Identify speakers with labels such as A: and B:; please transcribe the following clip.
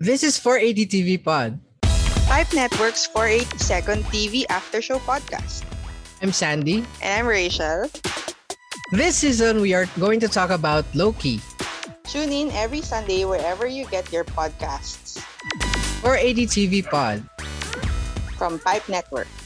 A: This is 480 TV Pod.
B: Five Network's 480 Second TV After Show Podcast.
A: I'm Sandy.
B: And I'm Rachel.
A: This season, we are going to talk about Loki.
B: Tune in every Sunday wherever you get your podcasts
A: 480 TV Pod.
B: from Pipe Network.